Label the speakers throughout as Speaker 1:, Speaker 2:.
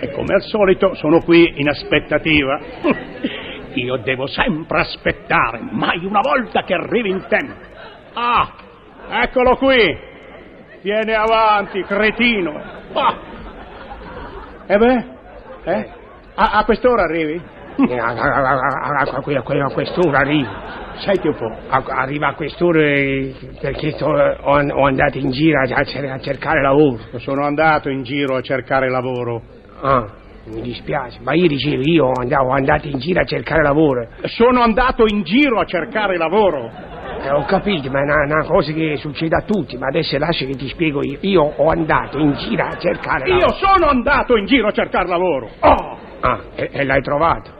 Speaker 1: E come al solito sono qui in aspettativa. Io devo sempre aspettare, mai una volta che arrivi in tempo. Ah, eccolo qui. Tiene avanti, cretino. Ah. E beh? Eh? A, a quest'ora arrivi?
Speaker 2: Eh, A quest'ora arriva.
Speaker 1: Senti un po'.
Speaker 2: Arriva a quest'ora eh, perché sto- ho, ho andato in giro a, a cer- a cercare lavoro.
Speaker 1: Sono andato in giro a cercare lavoro.
Speaker 2: Ah, mi dispiace, ma io dicevo, io andavo, ho andato in giro a cercare lavoro.
Speaker 1: Sono andato in giro a cercare lavoro.
Speaker 2: Eh, ho capito, ma è una, una cosa che succede a tutti, ma adesso lascia che ti spiego io. Io ho andato in giro a cercare
Speaker 1: Io
Speaker 2: lavoro.
Speaker 1: sono andato in giro a cercare lavoro.
Speaker 2: Oh! Ah, e, e l'hai trovato,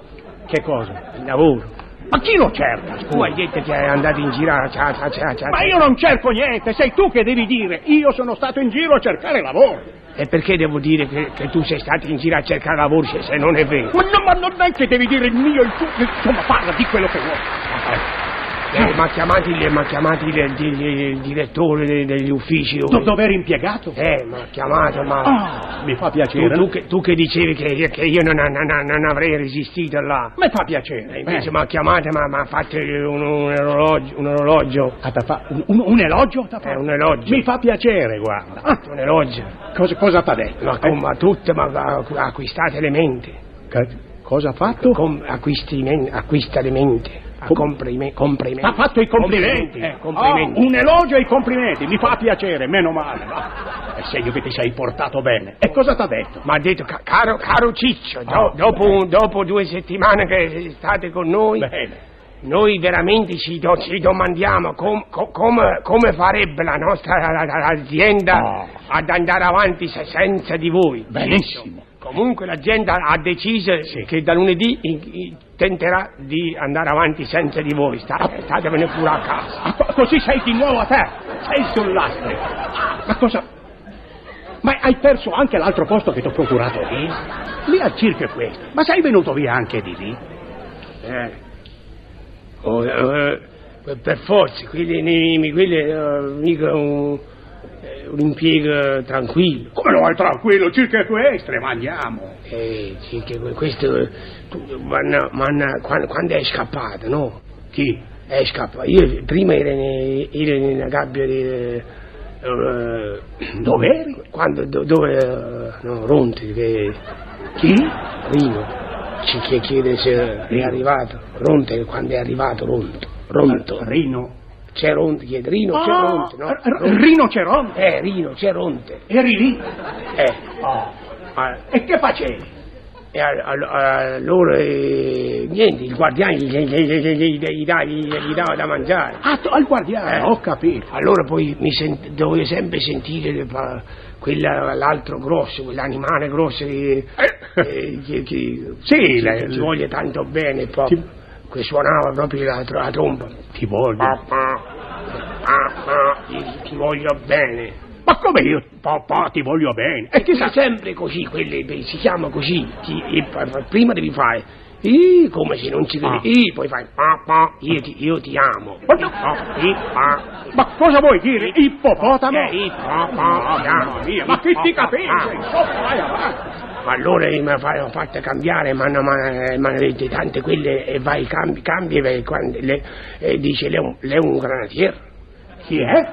Speaker 1: Che cosa?
Speaker 2: il lavoro. Certo,
Speaker 1: Ma chi lo cerca?
Speaker 2: Tu
Speaker 1: Scusa.
Speaker 2: hai detto che hai andato in giro a... a, a, a, a
Speaker 1: Ma io non cerco niente, sei tu che devi dire. Io sono stato in giro a cercare lavoro.
Speaker 2: E perché devo dire che, che tu sei stato in giro a cercare lavoro se, se non è vero?
Speaker 1: Ma, no, ma non è che devi dire il mio, il tuo. Insomma, parla di quello che vuoi.
Speaker 2: Eh, ma chiamati, il- ma chiamati il, il- il direttore de- degli uffici. o-
Speaker 1: Dove eri impiegato?
Speaker 2: Eh, ma chiamato, ma...
Speaker 1: Ah, mi fa
Speaker 2: tu,
Speaker 1: piacere.
Speaker 2: tu che, tu che dicevi che, che io non, non- non avrei resistito là.
Speaker 1: Mi fa piacere.
Speaker 2: E invece mi ha chiamato, ma mi ha fatto un, un orologio, un orologio.
Speaker 1: Ah, t'ha fa- un, un- un elogio? t'ha fa-
Speaker 2: Eh, un elogio.
Speaker 1: Mi fa piacere, guarda. Ah,
Speaker 2: Un elogio.
Speaker 1: cosa, cosa t'ha detto?
Speaker 2: Ma come, ma tutte, ma, ma acquistate le menti.
Speaker 1: Eh, che- cosa ha fatto?
Speaker 2: Com- acquisti men- acquista le menti. A
Speaker 1: Com-
Speaker 2: comprime- complimenti.
Speaker 1: Ha Eh, fatto i complimenti.
Speaker 2: Eh,
Speaker 1: Ah,
Speaker 2: complimenti.
Speaker 1: un elogio ai complimenti, mi fa piacere, meno male. va. E Eh, sei io che ti sei portato bene. E cosa t'ha detto?
Speaker 2: Ma ha detto, "Ca- caro, caro Ciccio, do-
Speaker 1: Ah,
Speaker 2: dopo,
Speaker 1: bene.
Speaker 2: dopo due settimane che state con noi,
Speaker 1: Bene.
Speaker 2: noi veramente ci, do- ci domandiamo com- co- come- come farebbe la nostra la- la- azienda
Speaker 1: Ah.
Speaker 2: ad andare avanti se- senza di voi.
Speaker 1: Benissimo.
Speaker 2: Comunque l'azienda ha deciso
Speaker 1: Sì.
Speaker 2: che da lunedì in- in- tenterà di andare avanti senza di voi. Sta- statevene pure a casa.
Speaker 1: Ah, co- così sei di nuovo a te. Sei sull'aste. Ma cosa? Ma hai perso anche l'altro posto che ti ho procurato lì? Lì al circo è questo. Ma sei venuto via anche di lì?
Speaker 2: Eh. Oh, eh, eh, per forza, quelli, nei- quelli eh, mica un, eh, un impiego tranquillo.
Speaker 1: Come lo hai tranquillo? Il circo è questo, le mangiamo.
Speaker 2: Eh, sì, che que- questo, eh, tu- manna- manna- quan- quando è scappato, no?
Speaker 1: Chi?
Speaker 2: È scappato. Io prima ero, ne- ero nella gabbia di... eh, eh,
Speaker 1: Dove eri?
Speaker 2: Quando, do- dove... eh, no, Ronti, che...
Speaker 1: Chi?
Speaker 2: Rino, ci chi- chiede se è
Speaker 1: Rino.
Speaker 2: arrivato. Ronte, quando è arrivato, Ronto. Ronto.
Speaker 1: Eh, Rino.
Speaker 2: C'è Ronte, chiede Rino, c'è
Speaker 1: Ah,
Speaker 2: Ronte, no?
Speaker 1: R- R- Rinoceronte.
Speaker 2: Eh, Rino, c'è Ronte.
Speaker 1: Eri lì?
Speaker 2: Eh,
Speaker 1: Ah.
Speaker 2: ah,
Speaker 1: E che facevi?
Speaker 2: e all- all- allora eh, niente, il guardiano gli, gli, gli- gli- gli- gli dà- gli- gli dava da mangiare.
Speaker 1: Ah, tu- al guardiano.
Speaker 2: Eh.
Speaker 1: Ho capito.
Speaker 2: Allora poi mi sent- dovevo sempre sentire le pa- quella- l'altro grosso, quell'animale grosso che, eh, che, che-
Speaker 1: Sì,
Speaker 2: che-
Speaker 1: le-
Speaker 2: che ti
Speaker 1: le-
Speaker 2: voglio tanto bene, proprio,
Speaker 1: Ti-
Speaker 2: che suonava proprio la, tro- la Ah, trompa.
Speaker 1: Ti voglio.
Speaker 2: Papà, papà, ti- ti ah, voglio bene.
Speaker 1: Ma come io, papà, ti voglio bene.
Speaker 2: E tu sei sempre così, quelli, beh, si chiama così. Ti- e fa- fa- prima devi fare. "Ih", come se non ci credi.
Speaker 1: Ah.
Speaker 2: "Ih", poi fai papà, io ti, io ti amo.
Speaker 1: Ma no.
Speaker 2: Papà, "Ih, pa".
Speaker 1: Ma cosa vuoi dire? Ippopotamo?
Speaker 2: Eh, ippopotamo.
Speaker 1: Mamma mia, ma chi ti capisce? Insomma, vai avanti.
Speaker 2: Allora mi ha fa- ho fatto cambiare, mi hanno mi hanno detto eh, tante quelle e vai, cambi, cambi, vai, quando- le- e dice lei è un, lei è un granatiere.
Speaker 1: Chi è?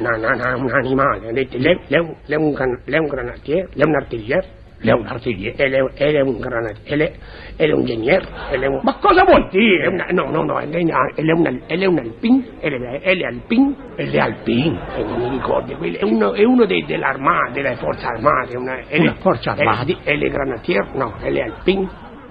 Speaker 2: No, no, no, un animale. Ho detto, lei, lei è un- lei è un, gran- lei è un granatiere, lei è un artigliere.
Speaker 1: Lei è un artigliere.
Speaker 2: E lei, e lei è un granatiere, e lei, e lei è un ingegnere, e lei è un...
Speaker 1: Ma cosa vuol
Speaker 2: È
Speaker 1: dire?
Speaker 2: una- no, no, no, è, lei- ah, è lei una- è lei un alpin, è lei, è lei alpin,
Speaker 1: E le alpine.
Speaker 2: eh, non mi ricordo, quello, è uno, è uno dei, dell'armata, delle forze armate, è una, è
Speaker 1: Una
Speaker 2: le-
Speaker 1: forza
Speaker 2: è-
Speaker 1: armata?
Speaker 2: di- È le granatiere, no, è le alpin,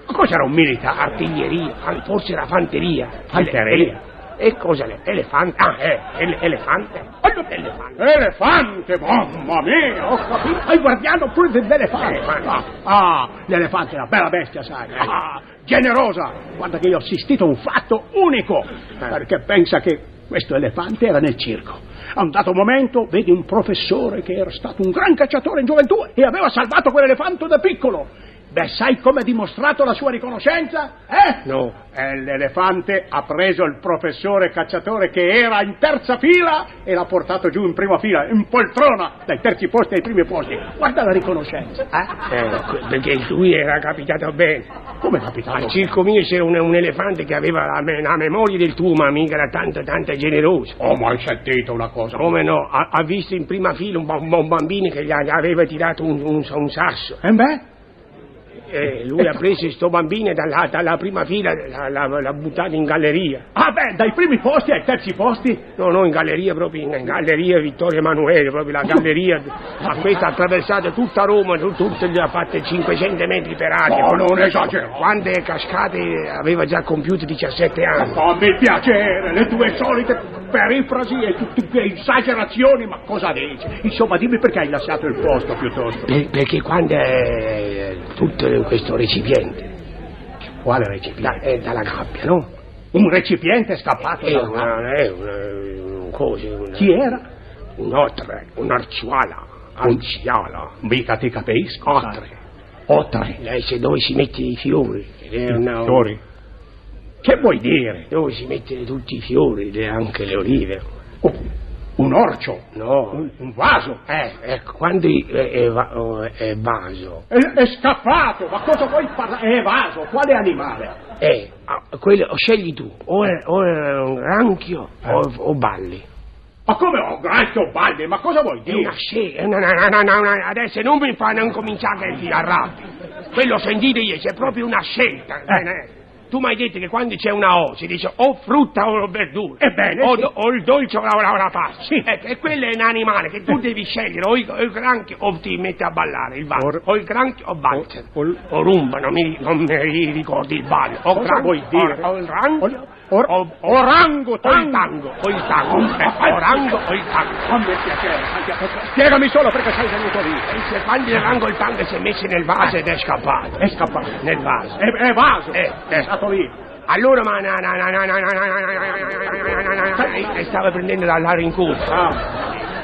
Speaker 1: Ma cos'era un militare?
Speaker 2: artiglieria, al- forse la fanteria.
Speaker 1: Fanteria?
Speaker 2: È le- è le- E cos'è? l'e- Elefante? Ah, eh, ele- elefante? Voglio elefante.
Speaker 1: Elefante, mamma mia, ho capito. Hai guardiano pure dell'elefante.
Speaker 2: Elefante.
Speaker 1: Ah, ah, l'elefante è una bella bestia, sai. Ah, generosa. Guarda che io ho assistito a un fatto unico. Perché pensa che questo elefante era nel circo. A un dato momento vedi un professore che era stato un gran cacciatore in gioventù e aveva salvato quell'elefante da piccolo. Beh, sai come ha dimostrato la sua riconoscenza? Eh?
Speaker 2: No.
Speaker 1: E l'elefante ha preso il professore cacciatore che era in terza fila e l'ha portato giù in prima fila, in poltrona, dai terzi posti ai primi posti. Guarda la riconoscenza. Eh?
Speaker 2: Eh, que- perché lui era capitato bene.
Speaker 1: Come è capitato?
Speaker 2: Al circo mio c'era un, un elefante che aveva la, me- la memoria del tuo, ma mica era tanto, tanto generoso.
Speaker 1: Oh, ma hai sentito una cosa?
Speaker 2: Come no? Ha, ha visto in prima fila un, ba- un bambino che gli a- gli aveva tirato un, un- un sasso.
Speaker 1: Eh beh?
Speaker 2: E lui ha preso sto bambino dalla, dalla prima fila, l'ha- l'ha l'ha buttato in galleria.
Speaker 1: Ah beh, dai primi posti ai terzi posti?
Speaker 2: No, no, in galleria proprio, in, in galleria Vittorio Emanuele, proprio la galleria. Ma questa ha attraversato tutta Roma, tu- tutte le ha fatte 500 metri per aria.
Speaker 1: No, non esagero.
Speaker 2: Quando è cascata eh, aveva già compiuto 17 anni.
Speaker 1: Fammi il piacere, le tue solite perifrasi e tutte le esagerazioni, ma cosa dici? Insomma, dimmi perché hai lasciato il posto piuttosto.
Speaker 2: Per- perché quando è tutto questo recipiente,
Speaker 1: Quale
Speaker 2: da-
Speaker 1: recipiente?
Speaker 2: è dalla gabbia, no?
Speaker 1: Un recipiente scappato
Speaker 2: È
Speaker 1: da
Speaker 2: una, è una, un coso, una-
Speaker 1: Chi era?
Speaker 2: Un'otre, un'arciuola, arciala,
Speaker 1: Mica ti capisco.
Speaker 2: otre.
Speaker 1: Otre.
Speaker 2: Lei se dove si mette i fiori? è una-
Speaker 1: Fiori. Che vuoi dire?
Speaker 2: Dove si mettono tutti i fiori, le- anche le olive.
Speaker 1: Oh, Un orcio.
Speaker 2: No,
Speaker 1: Un, un vaso.
Speaker 2: eh, ecco, quando i- è, è va- oh, è vaso,
Speaker 1: È, è scappato. Ma cosa vuoi parlare? È vaso. Quale animale?
Speaker 2: eh, ah, quello, scegli tu, o è, o è un ranchio o, o balli.
Speaker 1: Ma come Oh, ho granchio balde? Ma cosa vuoi
Speaker 2: È una
Speaker 1: dire?
Speaker 2: scena, no, no, no, no, no, no, adesso non mi fa non cominciare che ti arrabbi. Quello sentite io, c'è proprio una scelta. eh, eh. Tu mi hai detto che quando c'è una O si dice o frutta o verdura,
Speaker 1: Ebbene,
Speaker 2: o,
Speaker 1: Eh sì.
Speaker 2: do- o il dolce o la, la, la pasta.
Speaker 1: Sì. Eh.
Speaker 2: Ecco, e quello è un animale che tu devi scegliere, o il, o il granchio o ti metti a ballare, il
Speaker 1: Or-
Speaker 2: valzer, o il granchio o valzer,
Speaker 1: o- o il-
Speaker 2: o rumba, non mi, non mi ricordi il ballo, o,
Speaker 1: Cosa
Speaker 2: gran-
Speaker 1: vuoi
Speaker 2: o-
Speaker 1: dire?
Speaker 2: o il rango,
Speaker 1: O- or-
Speaker 2: o,
Speaker 1: Oh, orango,
Speaker 2: o
Speaker 1: tango.
Speaker 2: il
Speaker 1: Oh,
Speaker 2: tango, o il tango, eh, orango o il tango.
Speaker 1: Fammi il piacere. fammi il piacere. Spiegami solo perché sei venuto lì.
Speaker 2: E se quando il rango il tango si è messo nel vaso ed è scappato.
Speaker 1: È scappato.
Speaker 2: Nel vaso.
Speaker 1: È, è vaso.
Speaker 2: Eh, eh.
Speaker 1: È stato lì.
Speaker 2: Allora ma... na- na- na- na- na- na- na- na- na- na- na- e Stava prendendo la, la rincorsa.
Speaker 1: Ah.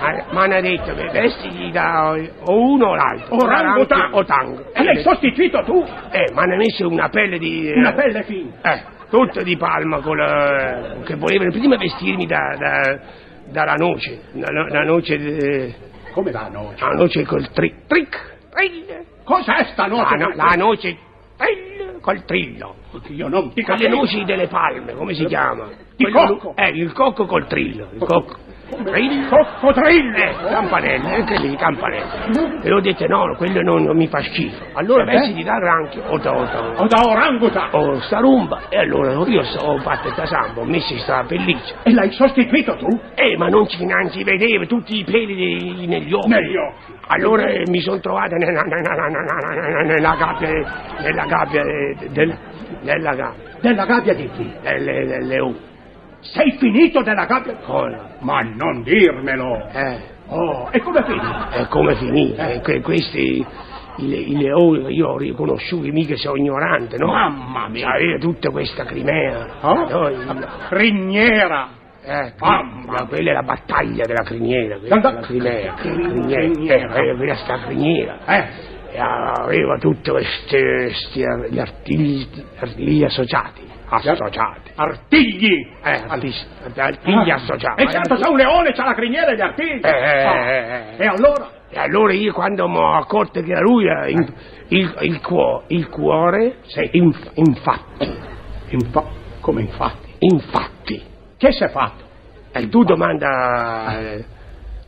Speaker 2: Ma- Eh, Ma hanno detto che vestiti da o uno o l'altro.
Speaker 1: O rango, Eh,
Speaker 2: da
Speaker 1: tango.
Speaker 2: o tango.
Speaker 1: E l'hai sostituito tu?
Speaker 2: Eh, ma hanno messo una pelle di...
Speaker 1: Una pelle fine.
Speaker 2: Eh, tutto di palma con la... che volevano prima vestirmi da... da dalla noce, la, la noce, eh,
Speaker 1: Come la noce?
Speaker 2: la noce col trick, trick, trick,
Speaker 1: Cos'è sta noce?
Speaker 2: La, no- la noce trill- col trillo,
Speaker 1: Io non ti
Speaker 2: con le
Speaker 1: capisco.
Speaker 2: noci delle palme, come si chiama?
Speaker 1: Di
Speaker 2: Quello-
Speaker 1: cocco.
Speaker 2: Eh, il cocco col trillo, il cocco. Trillo?
Speaker 1: Coccodrillo!
Speaker 2: Eh, campanello, anche lì, campanello. E ho detto no, quello non, non mi fa schifo. Allora
Speaker 1: Eh beh.
Speaker 2: vestiti da ranchio o da, o da-
Speaker 1: O da orangutan!
Speaker 2: o sta rumba. E allora io so- ho fatto sta samba, ho messo sta pelliccia.
Speaker 1: E l'hai sostituito tu?
Speaker 2: Eh, ma non ci, non si vedeva tutti i peli dei- negli occhi.
Speaker 1: Negli occhi.
Speaker 2: Allora eh, mi sono trovata nella, nella- nella- nella gabbia, nella gabbia eh, del, della gabbia,
Speaker 1: Della gabbia di chi?
Speaker 2: delle, delle U.
Speaker 1: Sei finito della gabbia?
Speaker 2: Con-
Speaker 1: Ma non dirmelo!
Speaker 2: eh,
Speaker 1: Oh, e come finito?
Speaker 2: e come finita? Eh, que- questi, i, i leoni, io ho riconosciuto mica sono ignorante, no?
Speaker 1: Mamma mia.
Speaker 2: Aveva tutta questa Crimea.
Speaker 1: Oh?
Speaker 2: No, il-
Speaker 1: Criniera!
Speaker 2: Eh,
Speaker 1: Mamma.
Speaker 2: no, quella è la battaglia della criniera, quella
Speaker 1: Guarda-
Speaker 2: della criniera,
Speaker 1: Criniera.
Speaker 2: criniera, eh, quella sta criniera.
Speaker 1: Eh?
Speaker 2: E aveva tutti questi gli artigli, artigli associati, associati.
Speaker 1: Artigli!
Speaker 2: Eh, artisti, artigli associati.
Speaker 1: E certo, c'è un leone, c'è la criniera e gli artigli!
Speaker 2: Ah. Eh, eh,
Speaker 1: Ah.
Speaker 2: eh, eh.
Speaker 1: E allora?
Speaker 2: E allora io quando mi ho accorto che era lui, eh, il, il, il cuo- il cuore,
Speaker 1: Sì.
Speaker 2: inf- infatti,
Speaker 1: Infa- come infatti?
Speaker 2: infatti.
Speaker 1: Che si è fatto?
Speaker 2: E tu domanda eh,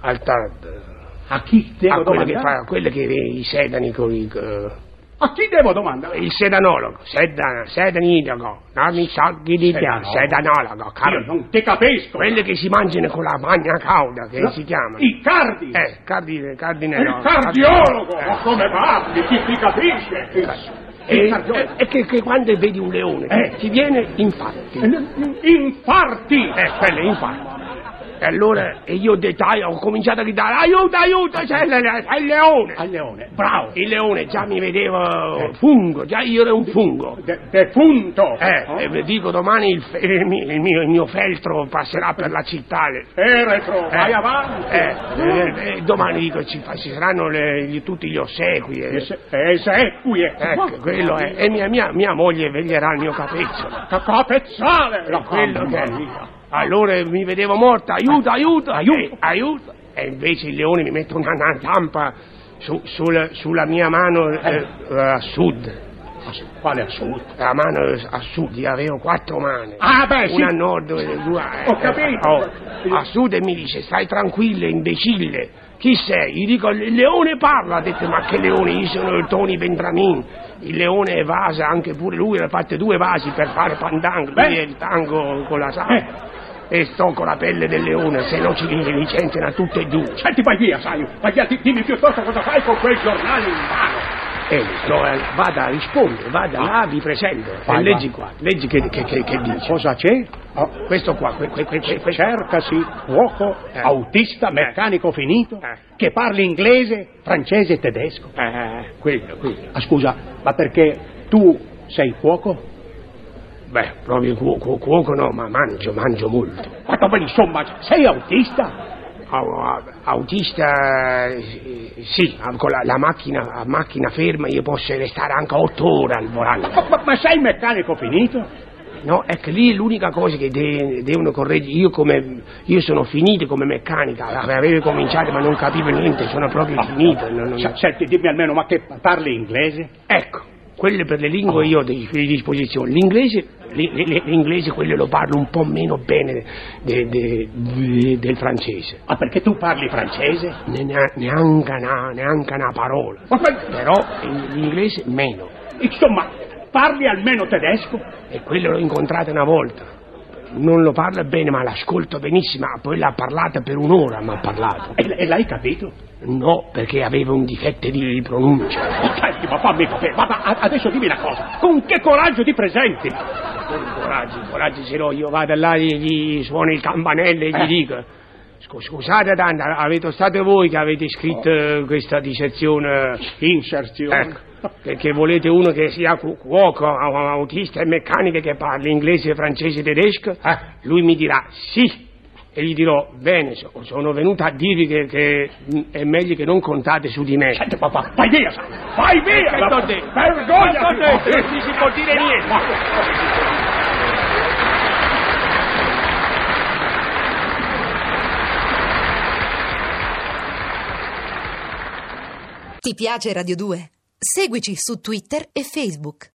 Speaker 2: al TAD,
Speaker 1: A chi devo
Speaker 2: a quello che,
Speaker 1: domandare?
Speaker 2: fa, a quello che i sedani con i... eh,
Speaker 1: A chi devo domandare?
Speaker 2: Il sedanologo, sedan, sedanilogo, non mi sa chi di te,
Speaker 1: Sedanologo.
Speaker 2: sedanologo, caro.
Speaker 1: Io non ti capisco!
Speaker 2: Quelli che si mangiano con la magna cauda, che
Speaker 1: No,
Speaker 2: si chiamano.
Speaker 1: I cardi!
Speaker 2: Eh, cardine,
Speaker 1: Il
Speaker 2: cardinello.
Speaker 1: cardiologo!
Speaker 2: Eh.
Speaker 1: Ma come parli? Chi ti capisce?
Speaker 2: E,
Speaker 1: Infarto.
Speaker 2: e- e Eh, che, che quando vedi un leone
Speaker 1: Eh.
Speaker 2: ti viene infatti.
Speaker 1: Infarti!
Speaker 2: Eh, quello è infatti. E allora e io dettaglio, ho cominciato a gridare aiuto, aiuto, c'è il, c'è il leone.
Speaker 1: Al leone, bravo! Eh.
Speaker 2: Il leone già mi vedeva fungo, già io ero un fungo.
Speaker 1: De- defunto!
Speaker 2: Eh,
Speaker 1: Oh.
Speaker 2: e vi dico domani il, fe- il mi- il mio, il mio feltro passerà per la città. le-
Speaker 1: Feretro,
Speaker 2: eh,
Speaker 1: vai avanti!
Speaker 2: eh, eh, eh, domani dico ci, fa- ci saranno le- gli- tutti gli ossequi. eh.
Speaker 1: Esequie!
Speaker 2: Ecco, quello è. E mia, mia- mia moglie veglierà il mio capezzo.
Speaker 1: Capezzale!
Speaker 2: È quello che è.
Speaker 1: Mamma mia.
Speaker 2: Allora mi vedevo morta, aiuto, aiuto, Eh, aiuto, aiuto. E invece il leone mi mette una, una tampa su- sul- sulla mia mano eh, eh, a sud.
Speaker 1: Ass- Quale assurdo!
Speaker 2: La mano eh, a sud, io avevo quattro mani.
Speaker 1: Ah, beh, sì!
Speaker 2: Una a nord e due a...
Speaker 1: Ho capito.
Speaker 2: oh, a sud e mi dice, stai tranquillo, imbecille. Chi sei? Gli dico, il leone parla. Ha detto, ma che leone? Io sono il Tony Vendramin. Il leone è vasa, anche pure lui, ha fatto due vasi per fare pandango. Lui
Speaker 1: Beh. Eh.
Speaker 2: è il tango con la sala. E sto con la pelle del leone, se no ci licenziano tutte e due.
Speaker 1: Senti, vai via, sai! Vai via, di- dimmi piuttosto cosa fai con quel giornale in mano!
Speaker 2: Eh, no, eh, vada, risponde, vada là, vi presento.
Speaker 1: Ah. Vai, vai.
Speaker 2: e leggi qua, leggi che, che- che- che dice.
Speaker 1: Cosa c'è? Ah.
Speaker 2: Questo qua, que, que- que- que- que-
Speaker 1: Cercasi cuoco,
Speaker 2: Eh.
Speaker 1: autista, meccanico finito,
Speaker 2: Eh.
Speaker 1: che parli inglese, francese e tedesco.
Speaker 2: Eh, quello, quello.
Speaker 1: Ah, scusa, ma perché tu sei cuoco?
Speaker 2: Beh, proprio cuo- cuo- cuoco no, ma mangio, mangio molto.
Speaker 1: Ma dove, insomma, sei autista?
Speaker 2: Au- au- autista, eh, sì, con la, la macchina, a macchina ferma io posso restare anche otto ore al volante.
Speaker 1: Ma, ma- ma sei meccanico finito?
Speaker 2: No, ecco, lì è l'unica cosa che de- devono correggere, io come, io sono finito come meccanica, avevo cominciato ma non capivo niente, sono proprio finito. non- non-
Speaker 1: S- Senti, dimmi almeno, ma che parli inglese? Eh,
Speaker 2: Ecco, quelle per le lingue io ho di, di disposizione. L'inglese, li- li- li- l'inglese quello lo parlo un po' meno bene de- de- de- del francese.
Speaker 1: Ah, perché tu parli francese?
Speaker 2: Ne- ne- neanche, una, neanche una parola.
Speaker 1: Ma, ma-
Speaker 2: Però in- l'inglese meno.
Speaker 1: insomma, parli almeno tedesco?
Speaker 2: E quello l'ho incontrato una volta. Non lo parla bene, ma l'ascolto benissimo. Ah, Poi l'ha parlata per un'ora, mi ha parlato.
Speaker 1: E, e l'hai capito?
Speaker 2: No, perché aveva un difetto di pronuncia.
Speaker 1: Ma senti, ma fammi capire, ma, ma a- adesso dimmi una cosa, con che coraggio ti presenti?
Speaker 2: Coraggio, coraggio, se no io vado là, gli, gli suono il campanello e gli
Speaker 1: Eh.
Speaker 2: dico. "Scu- Scusate tanto, avete state voi che avete scritto eh, questa dissezione.
Speaker 1: Inserzione.
Speaker 2: Ecco, perché volete uno che sia cu- cuoco, au- au- autista e meccanico che parli inglese, francese, tedesco?
Speaker 1: Eh.
Speaker 2: Lui mi dirà sì. E gli dirò, bene, so- sono venuto a dirvi che, che, mm, è meglio che non contate su di me.
Speaker 1: Senti, papà, vai via, sai, vai via!
Speaker 2: Eh, t'ho detto.
Speaker 1: Vergogna!
Speaker 2: Eh, t'ho detto, non ci si può dire niente.
Speaker 3: Ti piace Radio 2? Seguici su Twitter e Facebook.